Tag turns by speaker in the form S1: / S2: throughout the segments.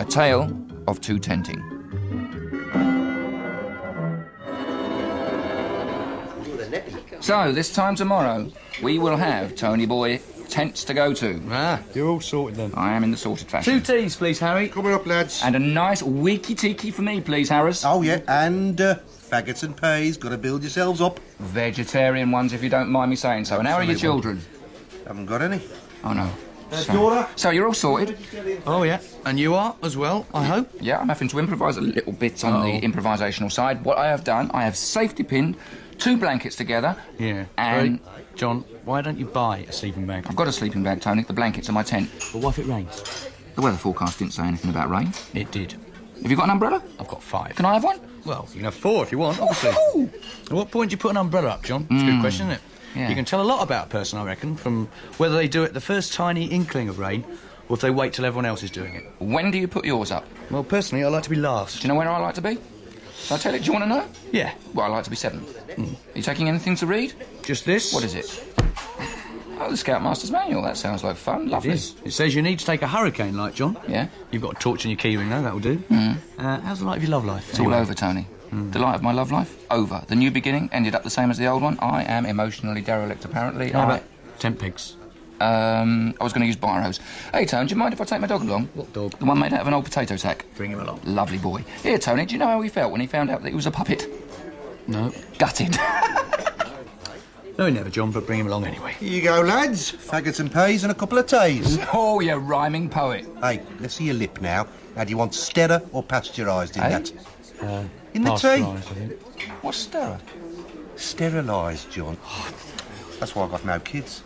S1: A Tale of Two Tenting. So, this time tomorrow, we will have, Tony boy, tents to go to.
S2: Ah,
S3: You're all sorted then.
S1: I am in the sorted
S2: two
S1: fashion.
S2: teas, please, Harry.
S4: Coming up, lads.
S1: And a nice wiki tiki for me, please, Harris.
S4: Oh, yeah, and uh, faggots and pays. Got to build yourselves up.
S1: Vegetarian ones, if you don't mind me saying so. And how are your children?
S4: Haven't got any.
S1: Oh, no.
S2: Uh,
S1: So, so you're all sorted.
S2: Oh, yeah. And you are as well, I hope.
S1: Yeah, I'm having to improvise a little bit on
S2: Oh.
S1: the improvisational side. What I have done, I have safety pinned two blankets together.
S2: Yeah.
S1: And
S2: Right. John, why don't you buy a sleeping bag?
S1: I've got a sleeping bag, Tony. The blankets are my tent.
S2: But what if it rains?
S1: The weather forecast didn't say anything about rain.
S2: It did.
S1: Have you got an umbrella?
S2: I've got five.
S1: Can I have one?
S2: Well, you can have four if you want, obviously. At what point do you put an umbrella up, John? It's a good question, isn't it?
S1: Yeah.
S2: You can tell a lot about a person, I reckon, from whether they do it the first tiny inkling of rain or if they wait till everyone else is doing it.
S1: When do you put yours up?
S2: Well, personally, I like to be
S1: Do
S2: last.
S1: you know where I like to be? Shall I tell you? Do you want to know?
S2: Yeah.
S1: Well, I like to be seven. Are you taking anything to read?
S2: Just this.
S1: What is it? Oh, the Scoutmaster's Manual. That sounds like fun.
S2: It
S1: Lovely.
S2: is. It says you need to take a hurricane light, John.
S1: Yeah.
S2: You've got a torch in your keyring, though, that'll do. Uh, how's the light of your love life?
S1: It's all Hmm. over, Tony. The light of my love life, over. The new beginning ended up the same as the old one. I am emotionally derelict, apparently.
S2: How
S1: I-
S2: about tent pegs?
S1: Um, I was going to use biros. Hey, Tony, do you mind if I take my dog along?
S2: What dog?
S1: The one made out of an old potato sack.
S2: Bring him along.
S1: Lovely boy. Here, Tony, do you know how he felt when he found out that he was a puppet?
S2: No.
S1: Gutted.
S2: No, he never, John, but bring him along anyway.
S4: Here you go, lads. Faggots and pays and a couple of tays.
S1: oh, you rhyming poet.
S4: hey, let's see your lip now. Now, do you want sterile or pasteurised in
S1: Eh?
S4: that? in the tea.
S1: What's Stella?
S4: Sterilised, John. That's why I've got no kids.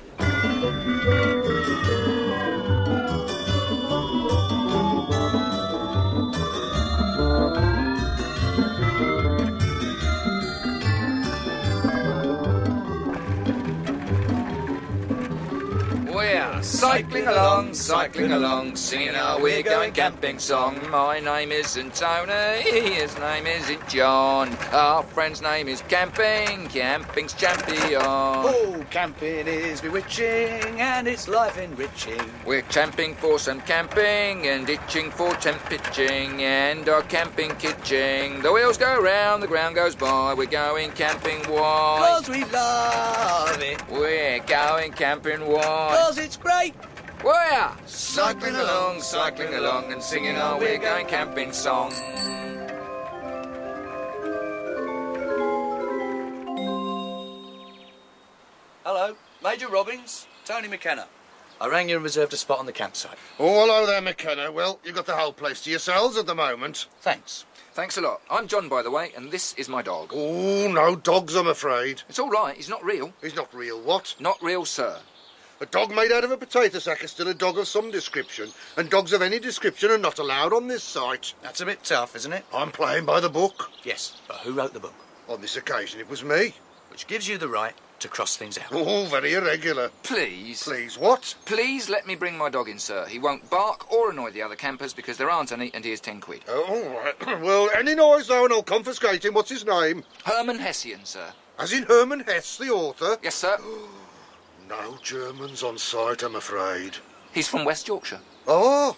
S1: We're Oh, cycling along, cycling along, singing our We're Going Camping song. My name isn't Tony, his name isn't John. Our friend's name is Camping, Camping's champion.
S2: Oh, camping is bewitching and it's life enriching.
S1: We're camping for some camping and itching for tent pitching and our camping kitching. The wheels go round, the ground goes by, we're going camping wide.
S2: Because we love it.
S1: We're going camping wide.
S2: Because it's great.
S1: We're cycling along, cycling along, and singing our We're Going Camping song.
S2: Hello, Major Robbins, Tony McKenna. I rang you and reserved a spot on the campsite.
S5: Oh, hello there, McKenna. Well, you've got the whole place to yourselves at the moment.
S2: Thanks.
S1: Thanks a lot. I'm John, by the way, and this is my dog.
S5: Oh, no dogs, I'm afraid.
S1: It's all right, he's not real.
S5: He's not real, what?
S1: Not real, sir.
S5: A dog made out of a potato sack is still a dog of some description, and dogs of any description are not allowed on this site.
S2: That's a bit tough, isn't it?
S5: I'm playing by the book.
S2: Yes, but who wrote the book?
S5: On this occasion, it was me.
S2: Which gives you the right to cross things out.
S5: Oh, very irregular.
S1: Please,
S5: Please, what?
S1: please let me bring my dog in, sir. He won't bark or annoy the other campers because there aren't any, and he is ten quid.
S5: Oh, all right. well, any noise, though, and I'll confiscate him. What's his name?
S1: Herman Hessian, sir.
S5: As in Herman Hess, the author.
S1: Yes, sir.
S5: No Germans on site, I'm afraid.
S1: He's from West Yorkshire.
S5: Oh,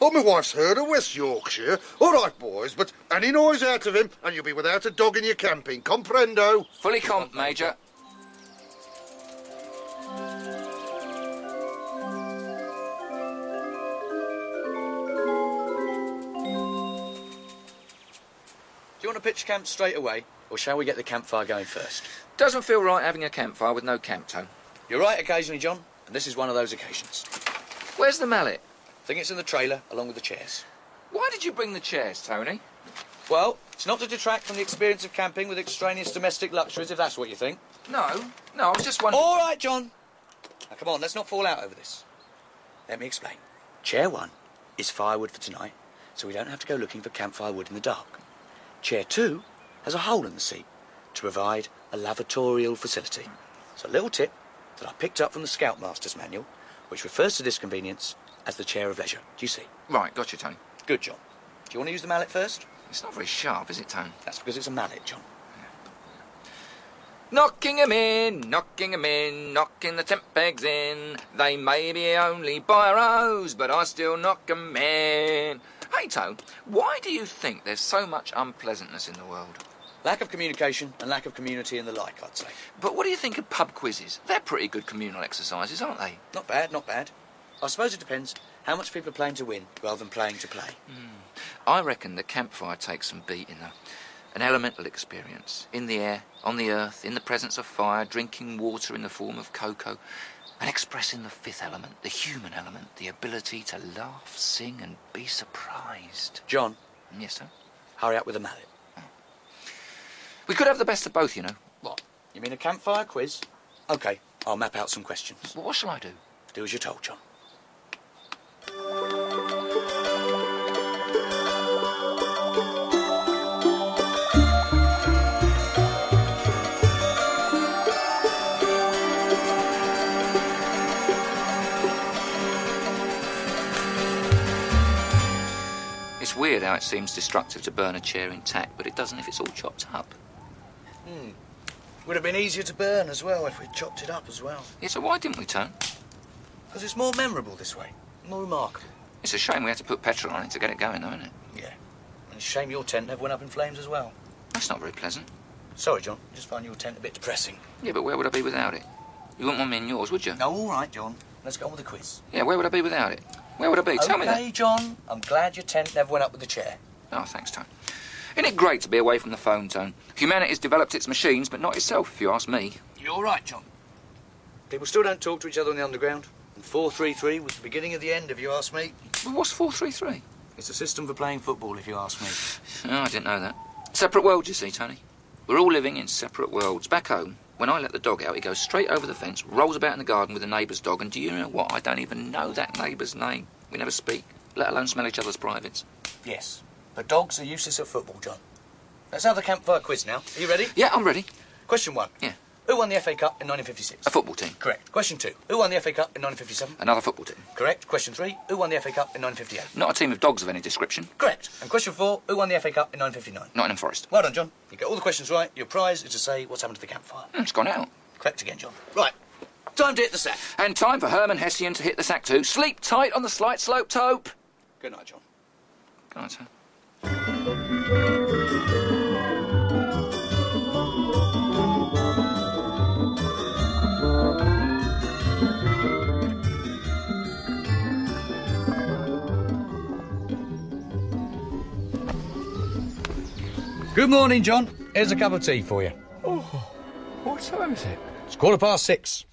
S5: oh, my wife's heard of West Yorkshire. All right, boys, but any noise out of him, and you'll be without a dog in your camping. Comprendo?
S1: Fully comp, Major.
S2: Do you want to pitch camp straight away, or shall we get the campfire going first?
S1: Doesn't feel right having a campfire with no camp tone.
S2: You're right occasionally, John, and this is one of those occasions.
S1: Where's the mallet?
S2: I think it's in the trailer along with the chairs.
S1: Why did you bring the chairs, Tony?
S2: Well, it's not to detract from the experience of camping with extraneous domestic luxuries, if that's what you think.
S1: No, no, I was just wondering.
S2: All right, John. Now, come on, let's not fall out over this. Let me explain. Chair one is firewood for tonight, so we don't have to go looking for campfire wood in the dark. Chair two has a hole in the seat to provide a lavatorial facility. It's a little tip that I picked up from the Scoutmaster's manual, which refers to this convenience as the chair of leisure. Do you see?
S1: Right, gotcha, Tony.
S2: Good, John. Do you want to use the mallet first?
S1: It's not very sharp, is it, Tone?
S2: That's because it's a mallet, John.
S1: Knocking 'em in, knocking 'em in, knocking the tent pegs in. They may be only biros, but I still knock 'em in. Hey, Tone, why do you think there's so much unpleasantness in the world?
S2: Lack of communication and lack of community and the like, I'd say.
S1: But what do you think of pub quizzes? They're pretty good communal exercises, aren't they?
S2: Not bad, not bad. I suppose it depends how much people are playing to win rather than playing to play.
S1: I reckon the campfire takes some beating, though. An elemental experience. In the air, on the earth, in the presence of fire, drinking water in the form of cocoa, and expressing the fifth element, the human element, the ability to laugh, sing, and be surprised.
S2: John,
S1: Yes, sir?
S2: hurry up with the mallet.
S1: We could have the best of both, you know.
S2: What? You mean a campfire quiz? Okay, I'll map out some questions.
S1: What shall I do?
S2: Do as you're told, John.
S1: It's weird how it seems destructive to burn a chair intact, but it doesn't if it's all chopped up.
S2: Would have been easier to burn as well if we'd chopped it up as well.
S1: Yeah, so why didn't we, Tone?
S2: Because it's more memorable this way, more remarkable.
S1: It's a shame we had to put petrol on it to get it going, though, isn't it?
S2: Yeah. And it's a shame your tent never went up in flames as well.
S1: That's not very pleasant.
S2: Sorry, John. Just find your tent a bit depressing.
S1: Yeah, but where would I be without it? You wouldn't want me in yours, would you?
S2: No, all right, John. Let's get on with the quiz.
S1: Yeah, where would I be without it? Where would I be? Tell me that.
S2: Okay, John. I'm glad your tent never went up with the chair.
S1: Oh, thanks, Tone. Isn't it great to be away from the phone, Tone? Humanity's developed its machines, but not itself, if you ask me.
S2: You're all right, John. People still don't talk to each other on the underground. And 433 was the beginning of the end, if you ask me.
S1: But what's 433?
S2: It's a system for playing football, if you ask me.
S1: Oh, I didn't know that. Separate worlds, you see, Tony. We're all living in separate worlds. Back home, when I let the dog out, he goes straight over the fence, rolls about in the garden with the neighbour's dog, and do you know what? I don't even know that neighbour's name. We never speak, let alone smell each other's privates.
S2: Yes. But dogs are useless at football, John. Let's have the campfire quiz now. Are you ready?
S1: Yeah, I'm ready.
S2: Question one.
S1: Yeah.
S2: Who won the FA Cup in 1956?
S1: A football team.
S2: Correct. Question two. Who won the FA Cup in 1957?
S1: Another football team.
S2: Correct. Question three. Who won the FA Cup in 1958?
S1: Not a team of dogs of any description.
S2: Correct. And question four, who won the FA Cup in 1959?
S1: Nottingham Forest.
S2: Well done, John. You get all the questions right. Your prize is to say what's happened to the campfire.
S1: Hmm, It's gone out.
S2: Correct again, John. Right. Time to hit the sack.
S1: And time for Herman Hessian to hit the sack too. Sleep tight on the slight slope tope.
S2: Good night, John.
S1: Go on, sir.
S2: Good morning, John. Here's a cup of tea for you.
S1: What time is it?
S2: It's quarter past six.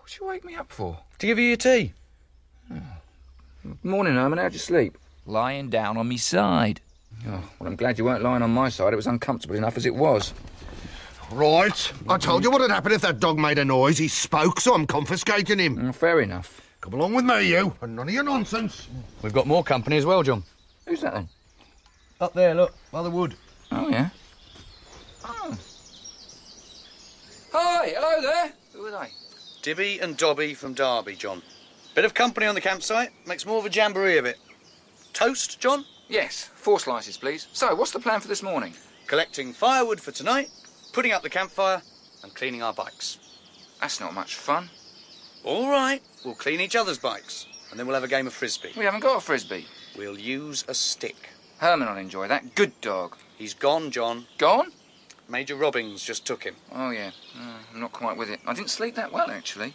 S1: What do you wake me up for?
S2: To give you your tea.
S1: Morning, Herman. How'd you sleep? Lying down on me side. Oh, well, I'm glad you weren't lying on my side. It was uncomfortable enough as it was.
S5: Right. I told you what would happen if that dog made a noise. He spoke, so I'm confiscating him.
S1: Mm, fair enough.
S5: Come along with me, you, and none of your nonsense.
S2: We've got more company as well, John.
S1: Who's that then?
S2: Up there, look, by the wood.
S1: Oh, yeah. Oh. Hi, hello there. Who are they?
S2: Dibby and Dobby from Derby, John. Bit of company on the campsite makes more of a jamboree of it. Toast, John?
S1: Yes, four slices, please. So, what's the plan for this morning?
S2: Collecting firewood for tonight, putting up the campfire, and cleaning our bikes.
S1: That's not much fun.
S2: All right, we'll clean each other's bikes, and then we'll have a game of frisbee.
S1: We haven't got a frisbee.
S2: We'll use a stick.
S1: Herman will enjoy that. Good dog.
S2: He's gone, John.
S1: Gone?
S2: Major Robbins just took him.
S1: Oh, yeah. Uh, I'm not quite with it. I didn't sleep that well, actually.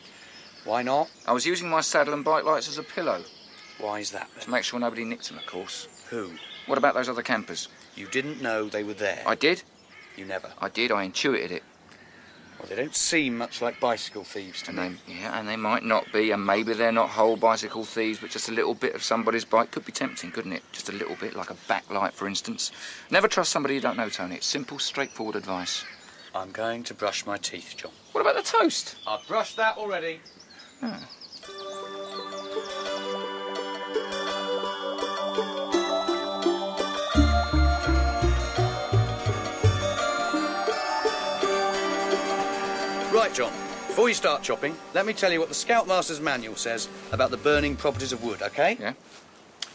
S2: Why not?
S1: I was using my saddle and bike lights as a pillow
S2: Why is that
S1: to
S2: then?
S1: make sure nobody nicked them, of course.
S2: Who?
S1: What about those other campers?
S2: You didn't know they were there.
S1: I did.
S2: You never.
S1: I did. I intuited it.
S2: Well, they don't seem much like bicycle thieves to
S1: And
S2: me.
S1: they, yeah, and they might not be, and maybe they're not whole bicycle thieves, but just a little bit of somebody's bike could be tempting, couldn't it? Just a little bit, like a backlight, for instance. Never trust somebody you don't know, Tony. It's simple, straightforward advice.
S2: I'm going to brush my teeth, John.
S1: What about the toast?
S2: I've brushed that already. Hmm. Right, John. Before you start chopping, let me tell you what the Scoutmaster's manual says about the burning properties of wood, okay?
S1: Yeah.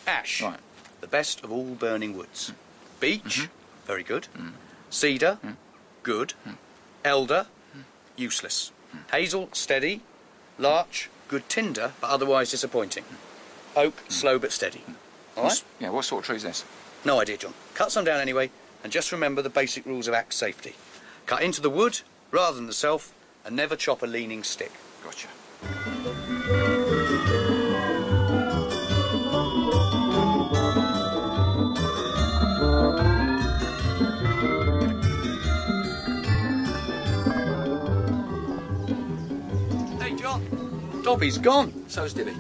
S2: Ash.
S1: Right.
S2: the best of all burning woods. Beech, very good. Cedar, good. Elder, useless. Hazel, steady. Larch, good tinder, but otherwise disappointing. Oak, slow but steady. All right?
S1: Yeah, what sort of tree is this?
S2: No idea, John. Cut some down anyway, and just remember the basic rules of axe safety. Cut into the wood rather than the self, and never chop a leaning stick.
S1: Gotcha.
S2: Hey, John. Dobby's gone.
S1: So's Dibby.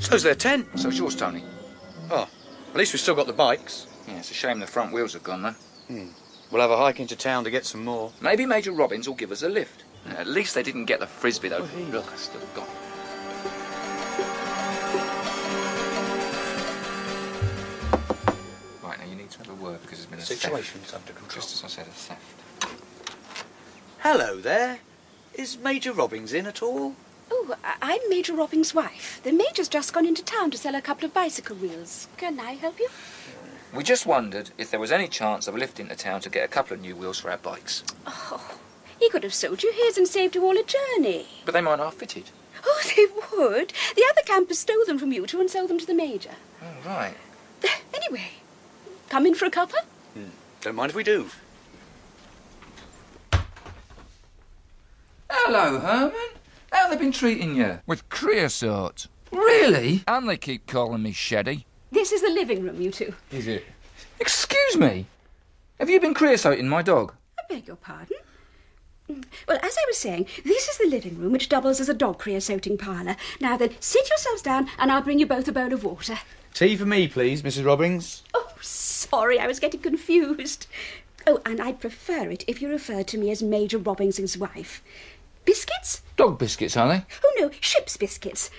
S2: So's their tent.
S1: So's yours, Tony.
S2: Oh, at least we've still got the bikes.
S1: Yeah, it's a shame the front wheels have gone, though.
S2: We'll have a hike into town to get some more.
S1: Maybe Major Robbins will give us a lift. At least they didn't get the frisbee, though. Look, I still got it. Right, now you need to have a word because there's been a theft.
S2: Situation's under control.
S1: Just as I said, a theft.
S2: Hello there. Is Major Robbins in at all?
S3: Oh, I- I'm Major Robbing's wife. The Major's just gone into town to sell a couple of bicycle wheels. Can I help you?
S1: We just wondered if there was any chance of a lift into town to get a couple of new wheels for our bikes.
S3: He could have sold you his and saved you all a journey.
S1: But they might not have fitted.
S3: Oh, they would. The other campers stole them from you two and sold them to the Major.
S1: Oh, right.
S3: Anyway, come in for a cuppa?
S2: Don't mind if we do.
S1: Hello, Herman. How they been treating you? With creosote. Really? And they keep calling me Sheddy.
S3: This is the living room, you two.
S1: Is it? Excuse me. Have you been creosoting my dog?
S3: I beg your pardon. Mm, Well, as I was saying, this is the living room, which doubles as a dog creosoting parlour. Now then, sit yourselves down and I'll bring you both a bowl of water.
S2: Tea for me, please, Mrs. Robbins.
S3: Oh, sorry, I was getting confused. Oh, and I'd prefer it if you referred to me as Major Robbings's wife. Biscuits?
S1: Dog biscuits, are they?
S3: Oh no, ship's biscuits.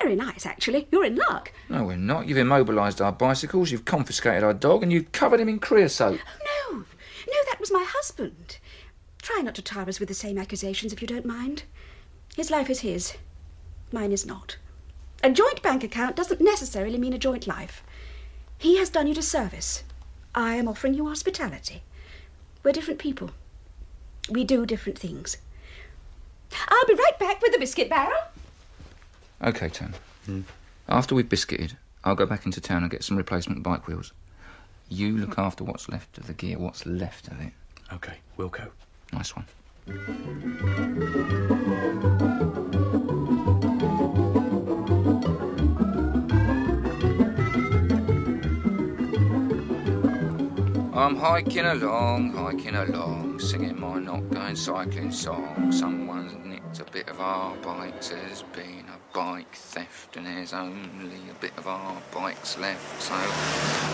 S3: Very nice, actually. You're in luck.
S1: No, we're not. You've immobilised our bicycles, you've confiscated our dog, and you've covered him in creosote.
S3: Oh no, no, that was my husband. Try not to tar us with the same accusations if you don't mind. His life is his, mine is not. A joint bank account doesn't necessarily mean a joint life. He has done you a service. I am offering you hospitality. We're different people. We do different things. I'll be right back with the biscuit barrel.
S1: Okay, Tony.
S2: Hmm.
S1: After we've biscuited, I'll go back into town and get some replacement bike wheels. You look after what's left of the gear, what's left of it.
S2: Okay, we'll go.
S1: Nice one. I'm hiking along, hiking along, singing my not going cycling song. Someone's nicked a bit of our bikes, there's been a bike theft, and there's only a bit of our bikes left. So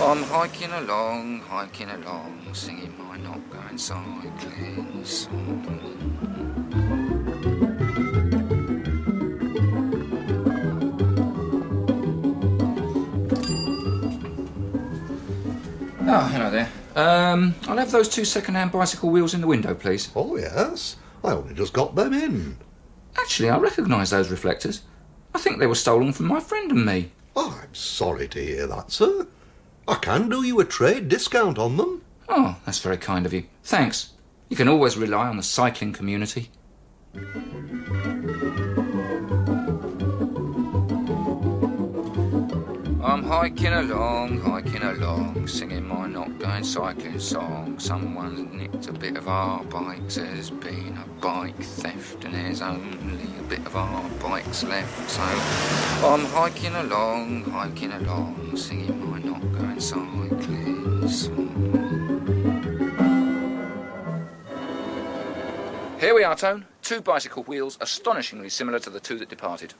S1: I'm hiking along, hiking along, singing my not going cycling song. Oh, hello there. Um, I'll have those two second-hand bicycle wheels in the window, please.
S5: Oh, yes. I only just got them in.
S1: Actually, I recognise those reflectors. I think they were stolen from my friend and me.
S5: Oh, I'm sorry to hear that, sir. I can do you a trade discount on them.
S1: Oh, that's very kind of you. Thanks. You can always rely on the cycling community. I'm hiking along, hiking along, singing my not going cycling song. Someone's nicked a bit of our bikes, there's been a bike theft, and there's only a bit of our bikes left. So I'm hiking along, hiking along, singing my not going cycling song. Here we are, Tone. Two bicycle wheels, astonishingly similar to the two that departed.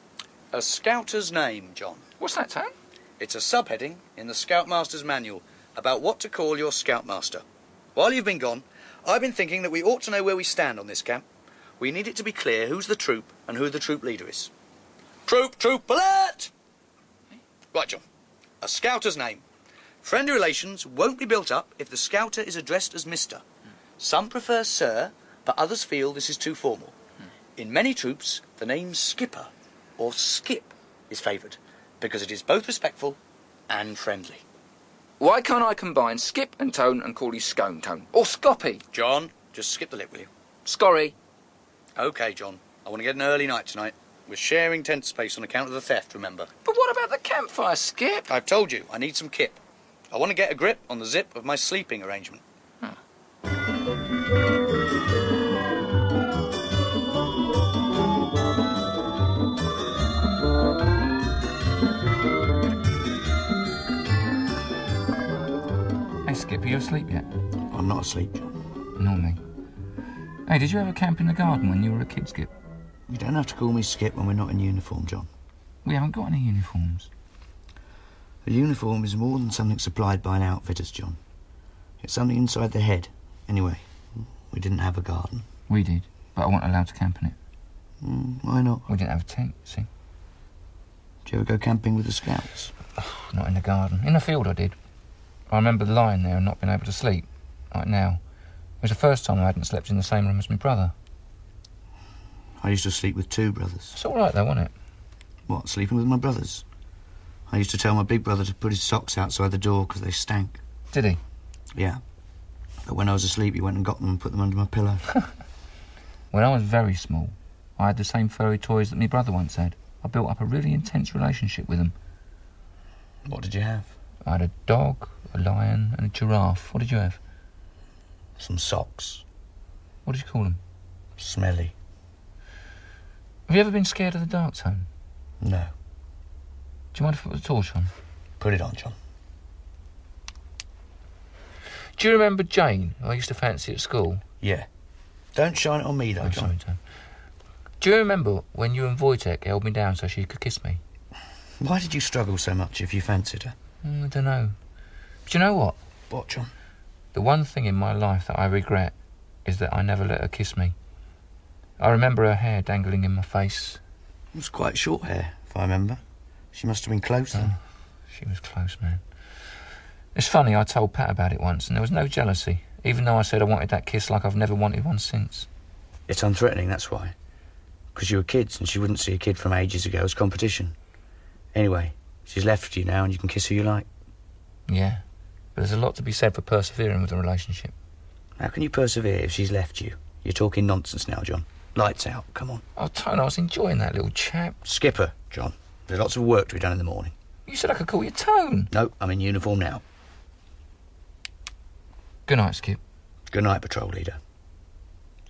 S2: A scouter's name, John.
S1: What's that, Tone?
S2: It's a subheading in the Scoutmaster's Manual about what to call your Scoutmaster. While you've been gone, I've been thinking that we ought to know where we stand on this camp. We need it to be clear who's the troop and who the troop leader is. Troop, troop, alert! Right, John. A Scouter's name. Friendly relations won't be built up if the Scouter is addressed as Mr. Some prefer Sir, but others feel this is too formal. In many troops, the name Skipper or Skip is favoured because it is both respectful and friendly.
S1: Why can't I combine skip and tone and call you scone tone? Or scoppy?
S2: John, just skip the lip, will you?
S1: Scorry.
S2: Okay, John. I want to get an early night tonight. We're sharing tent space on account of the theft, remember?
S1: But what about the campfire, Skip?
S2: I've told you, I need some kip. I want to get a grip on the zip of my sleeping arrangement.
S1: Hey, Skip, are you asleep yet?
S2: I'm not asleep, John.
S1: Nor me. Hey, did you ever camp in the garden when you were a kid, Skip?
S2: You don't have to call me Skip when we're not in uniform, John.
S1: We haven't got any uniforms.
S2: A uniform is more than something supplied by an outfitter's, John. It's something inside the head. Anyway, we didn't have a garden.
S1: We did, but I wasn't allowed to camp in it.
S2: Mm, Why not?
S1: We didn't have a tent, see?
S2: Do you ever go camping with the scouts?
S1: Not in the garden. In the field, I did. I remember lying there and not being able to sleep, like now. It was the first time I hadn't slept in the same room as my brother.
S2: I used to sleep with two brothers.
S1: It's all right, though, wasn't it?
S2: What, sleeping with my brothers? I used to tell my big brother to put his socks outside the door because they stank.
S1: Did he?
S2: Yeah. But when I was asleep, he went and got them and put them under my pillow.
S1: When I was very small, I had the same furry toys that my brother once had. I built up a really intense relationship with them.
S2: what did you have?
S1: I had a dog, a lion, and a giraffe. What did you have?
S2: Some socks.
S1: What did you call them?
S2: Smelly.
S1: Have you ever been scared of the dark zone?
S2: No.
S1: Do you mind if I put the torch on?
S2: Put it on, John.
S1: Do you remember Jane, who I used to fancy at school?
S2: Yeah. Don't shine it on me, though,
S1: I'm sorry, Tom. Do you remember when you and Wojtek held me down so she could kiss me?
S2: Why did you struggle so much if you fancied her?
S1: Mm, I don't know. But you know what?
S2: What, John?
S1: The one thing in my life that I regret is that I never let her kiss me. I remember her hair dangling in my face.
S2: It was quite short hair, if I remember. She must have been close then.
S1: She was close, man. It's funny, I told Pat about it once, and there was no jealousy, even though I said I wanted that kiss like I've never wanted one since.
S2: It's unthreatening, that's why. Because you were kids and she wouldn't see a kid from ages ago as competition. Anyway, she's left you now and you can kiss who you like.
S1: Yeah. But there's a lot to be said for persevering with a relationship.
S2: How can you persevere if she's left you? You're talking nonsense now, John. Lights out, come on.
S1: Oh, Tone, I was enjoying that little chap.
S2: Skipper, John. There's lots of work to be done in the morning.
S1: You said I could call you Tone.
S2: No, I'm in uniform now.
S1: Good night, Skip.
S2: Good night, patrol leader.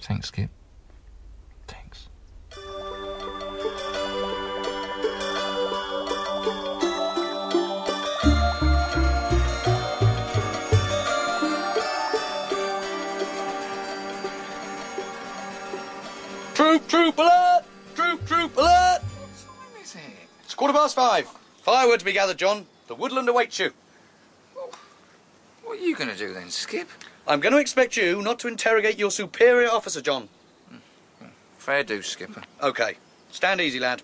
S1: Thanks, Skip. Thanks.
S2: Troop, troop alert! Troop, troop alert!
S1: What is it?
S2: It's quarter past five. Firewood to be gathered, John. The woodland awaits you.
S1: What are you going to do then, Skip?
S2: I'm going to expect you not to interrogate your superior officer, John.
S1: Fair do, Skipper.
S2: Okay. Stand easy, lad.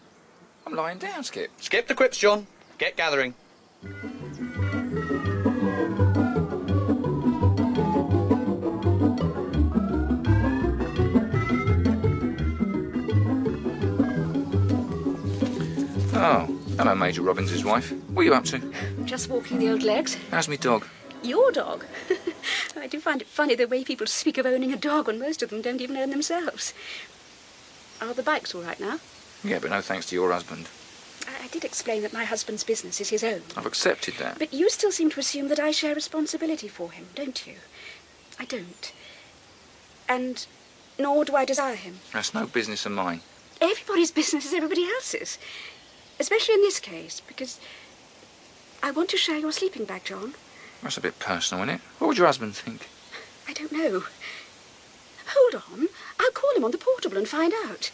S1: I'm lying down, Skip.
S2: Skip the quips, John. Get gathering.
S1: Oh, hello, Major Robbins' wife. What are you up to?
S3: Just walking the old legs.
S1: How's me dog?
S3: Your dog. I do find it funny the way people speak of owning a dog when most of them don't even own themselves. Are the bikes all right now?
S1: Yeah, but no thanks to your husband.
S3: I, I did explain that my husband's business is his own.
S1: I've accepted that.
S3: But you still seem to assume that I share responsibility for him, don't you? I don't. And nor do I desire him.
S1: That's no business of mine.
S3: Everybody's business is everybody else's. Especially in this case, because I want to share your sleeping bag, John.
S1: That's a bit personal, isn't it? What would your husband think?
S3: I don't know. Hold on. I'll call him on the portable and find out.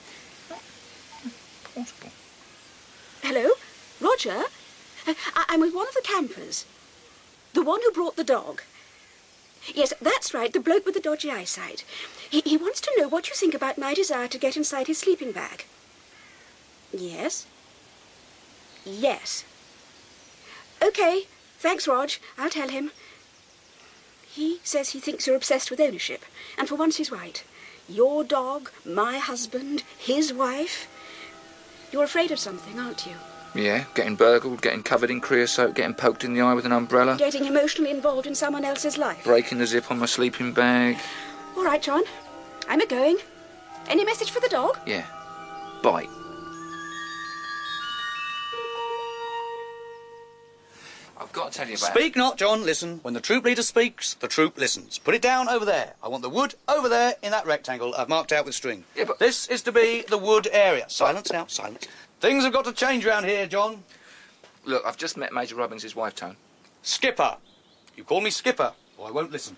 S1: Portable.
S3: Hello? Roger? Uh, I- I'm with one of the campers. The one who brought the dog. Yes, that's right, the bloke with the dodgy eyesight. He, he wants to know what you think about my desire to get inside his sleeping bag. Yes? Yes. Okay, thanks, Rog. I'll tell him. He says he thinks you're obsessed with ownership, and for once he's right. Your dog, my husband, his wife. You're afraid of something, aren't you?
S1: Yeah, getting burgled, getting covered in creosote, getting poked in the eye with an umbrella,
S3: Getting emotionally involved in someone else's life.
S1: breaking the zip on my sleeping bag.
S3: All right, John. I'm a going. Any message for the dog?
S1: Yeah. Bite. I've got to tell you about
S2: Speak not, John, listen. When the troop leader speaks, the troop listens. Put it down over there. I want the wood over there in that rectangle I've marked out with string.
S1: Yeah, but-
S2: This is to be the wood area. Silence now, silence. Things have got to change round here, John.
S1: Look, I've just met Major Robbins' his wife, Tone.
S2: Skipper. You call me Skipper, or I won't listen.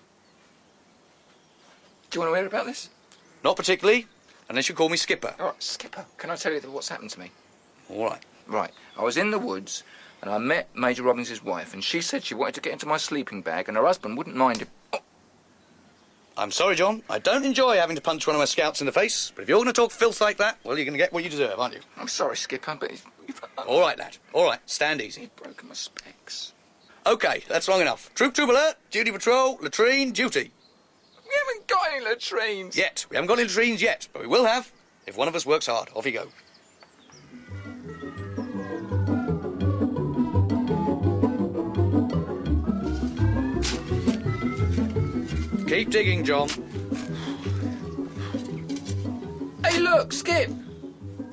S1: Do you want to hear about this?
S2: Not particularly, unless you call me Skipper.
S1: All right, Skipper, can I tell you what's happened to me?
S2: All right.
S1: Right, I was in the woods and I met Major Robbins' wife, and she said she wanted to get into my sleeping bag, and her husband wouldn't mind if. Oh,
S2: I'm sorry, John. I don't enjoy having to punch one of my scouts in the face, but if you're going to talk filth like that, well, you're going to get what you deserve, aren't you?
S1: I'm sorry, Skipper, but he's,
S2: All right, lad. All right. Stand easy.
S1: he's broken my specs.
S2: Okay, that's long enough. Troop, troop alert. Duty patrol. Latrine. Duty.
S1: We haven't got any latrines.
S2: Yet. We haven't got any latrines yet, but we will have if one of us works hard. Off you go. Keep digging, John.
S1: Hey, look, Skip!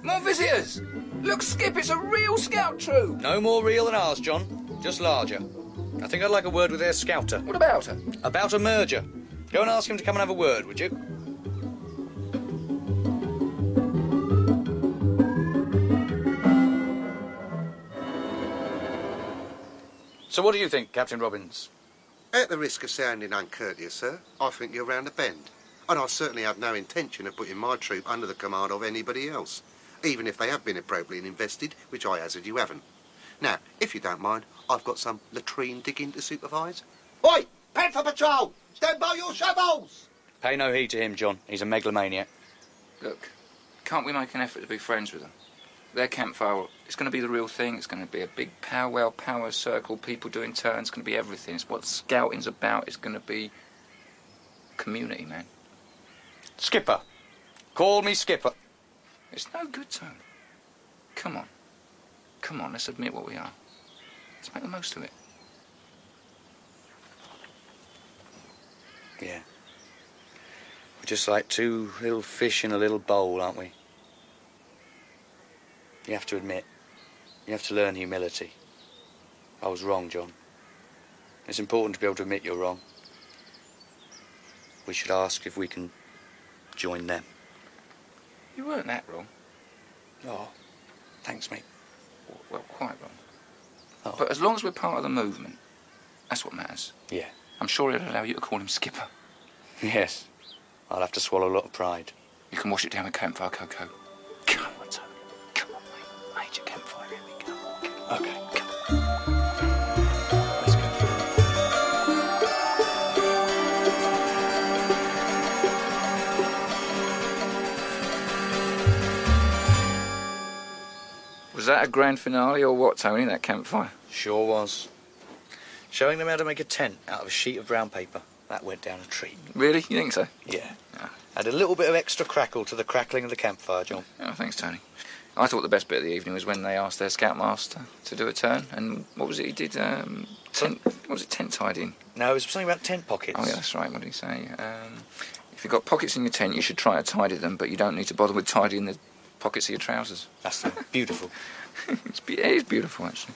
S1: More visitors! Look, Skip, it's a real scout troop!
S2: No more real than ours, John. Just larger. I think I'd like a word with their scouter.
S1: What about her?
S2: About a merger. Go and ask him to come and have a word, would you? So, what do you think, Captain Robbins?
S5: At the risk of sounding uncourteous, sir, I think you're round a bend. And I certainly have no intention of putting my troop under the command of anybody else, even if they have been appropriately invested, which I hazard you haven't. Now, if you don't mind, I've got some latrine digging to supervise. Oi! Pen for patrol! Stand by your shovels!
S2: Pay no heed to him, John. He's a megalomaniac.
S1: Look, can't we make an effort to be friends with them? Their campfire, it's going to be the real thing. It's going to be a big powwow, power circle, people doing turns. It's going to be everything. It's what scouting's about. It's going to be community, man.
S2: Skipper. Call me Skipper.
S1: It's no good, Tony. Come on. Come on, let's admit what we are. Let's make the most of it.
S2: Yeah. We're just like two little fish in a little bowl, aren't we? You have to admit, you have to learn humility. I was wrong, John. It's important to be able to admit you're wrong. We should ask if we can join them.
S1: You weren't that wrong.
S2: Oh, thanks, mate.
S1: W- Well, quite wrong.
S2: Oh.
S1: But as long as we're part of the movement, that's what matters.
S2: Yeah.
S1: I'm sure he'll allow you to call him Skipper.
S2: Yes. I'll have to swallow a lot of pride.
S1: You can wash it down with campfire cocoa. Come on, Tony. Come on, mate. Major campfire, here we go.
S2: Okay.
S1: Let's go. Was that a grand finale or what, Tony, that campfire?
S2: Sure was. Showing them how to make a tent out of a sheet of brown paper. That went down a treat.
S1: Really? You think so?
S2: Yeah.
S1: Yeah.
S2: Add a little bit of extra crackle to the crackling of the campfire, John.
S1: Oh, thanks, Tony. I thought the best bit of the evening was when they asked their scoutmaster to do a turn, and what was it he did? Um, tent, what was it? Tent tidying.
S2: No, it was something about tent pockets.
S1: Oh yeah, that's right. What did he say? Um, if you've got pockets in your tent, you should try to tidy them, but you don't need to bother with tidying the pockets of your trousers.
S2: That's beautiful.
S1: it's be- it is beautiful, actually.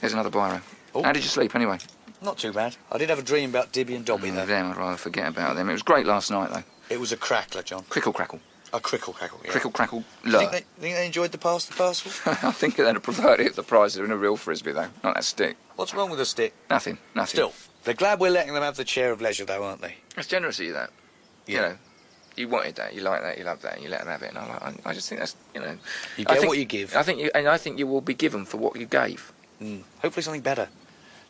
S1: There's another biro.
S2: Oh.
S1: How did you sleep anyway?
S2: Not too bad. I did have a dream about Dibby and Dobby,
S1: Oh,
S2: though.
S1: them, I'd rather forget about them. It was great last night though.
S2: It was a crackler, John.
S1: Crickle crackle,
S2: A crickle crackle, yeah.
S1: crickle crackle.
S2: You
S1: Lur.
S2: think, they, think they enjoyed the pass the parcel?
S1: I think they'd have preferred it if the prizes were in a real frisbee though, not that stick.
S2: What's wrong with the stick?
S1: Nothing, nothing.
S2: Still, they're glad we're letting them have the chair of leisure, though, aren't they?
S1: It's generous of you, that. You know, you wanted that, you like that, you love that, and you let them have it. And I, like, I, I just think that's, you know.
S2: You
S1: I
S2: get
S1: think-
S2: what you give.
S1: I think you, and I think you will be given for what you gave.
S2: Mm. Hopefully something better.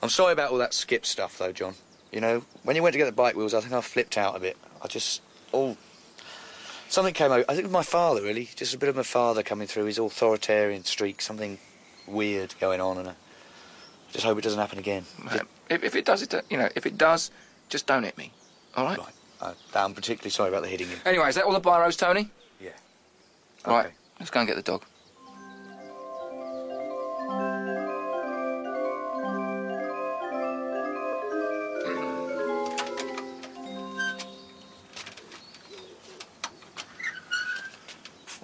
S2: I'm sorry about all that skip stuff, though, John. You know, when you went to get the bike wheels, I think I flipped out a bit. I just, all, something came over. I think it was my father, really. Just a bit of my father coming through, his authoritarian streak, something weird going on, and I just hope it doesn't happen again. Just-
S1: If, if it does, it do- you know, if it does, just don't hit me. All right.
S2: right. Uh, I'm particularly sorry about the hitting him.
S1: Anyway, is that all the biros, Tony?
S2: Yeah.
S1: Right.
S2: Okay.
S1: Let's go and get the dog.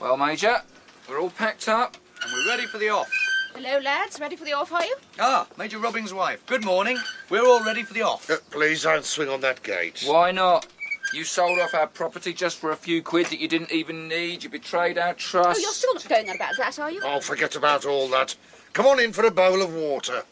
S1: Well, Major, we're all packed up.
S2: And we're ready for the off.
S6: Hello, lads. Ready for the off, are you?
S2: Ah, Major Robbing's wife. Good morning. We're all ready for the off.
S5: Uh, please don't swing on that gate.
S1: Why not? You sold off our property just for a few quid that you didn't even need. You betrayed our
S6: Oh,
S1: trust.
S6: you're still not going on about that, are you?
S5: Oh, forget about all that. Come on in for a bowl of water.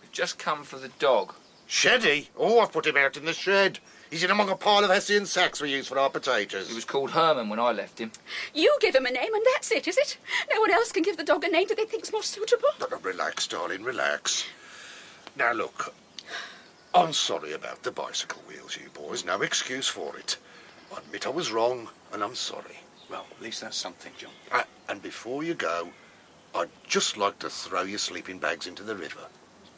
S1: We've just come for the dog.
S5: Sheddy? Oh, I've put him out in the shed. He's in among a pile of hessian sacks we use for our
S1: He was
S5: potatoes.
S1: called Herman when I left him.
S6: You give him a name and that's it, is it? No one else can give the dog a name that they think's more suitable.
S5: But uh, relax, darling, relax. Now look, I'm sorry about the bicycle wheels, you boys. No excuse for it. I admit I was wrong, and I'm sorry.
S2: Well, at least that's something, John.
S5: Uh, and before you go, I'd just like to throw your sleeping bags into the river.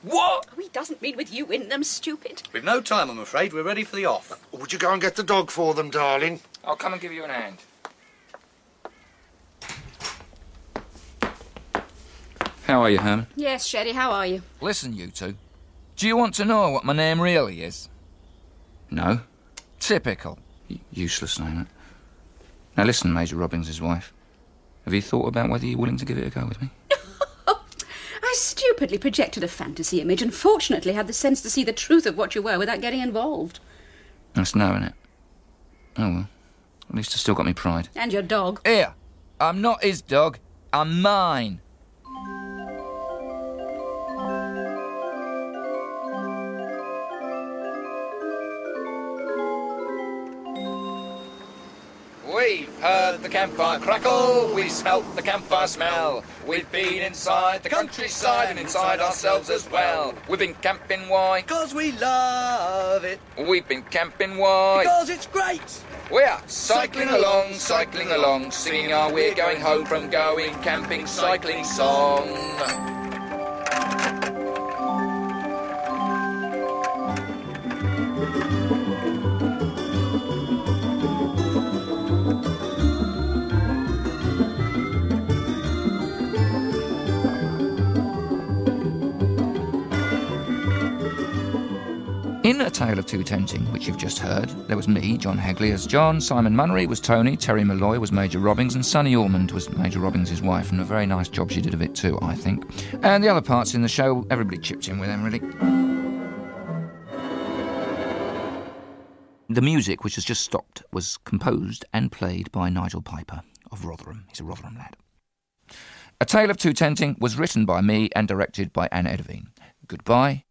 S1: What?
S6: Oh, he doesn't mean with you in them, stupid.
S2: We've no time, I'm afraid. We're ready for the off.
S5: Would you go and get the dog for them, darling?
S1: I'll come and give you an hand. How are you, Herman?
S6: Yes, Sherry, how are you?
S1: Listen, you two. Do you want to know what my name really is? No. Typical. U- useless name. that. Now listen, Major Robbins' wife. Have you thought about whether you're willing to give it a go with me?
S3: I stupidly projected a fantasy image and fortunately had the sense to see the truth of what you were without getting involved.
S1: That's no, innit? Oh well. At least I've still got me pride.
S3: And your dog.
S1: Here. I'm not his dog. I'm mine. We've heard the campfire crackle, we've smelt the campfire smell. We've been inside the countryside and inside ourselves as well. We've been camping why?
S2: Because we love it.
S1: We've been camping why?
S2: Because it's great.
S1: We are cycling along, cycling along, singing our We're Going Home from Going Camping Cycling song. In A Tale of Two Tenting, which you've just heard, there was me, John Hegley, as John, Simon Munnery was Tony, Terry Malloy was Major Robbings, and Sonny Ormond was Major Robbings' wife, and a very nice job she did of it too, I think. And the other parts in the show, everybody chipped in with them, really. The music, which has just stopped, was composed and played by Nigel Piper of Rotherham. He's a Rotherham lad. A Tale of Two Tenting was written by me and directed by Anne Edvine. Goodbye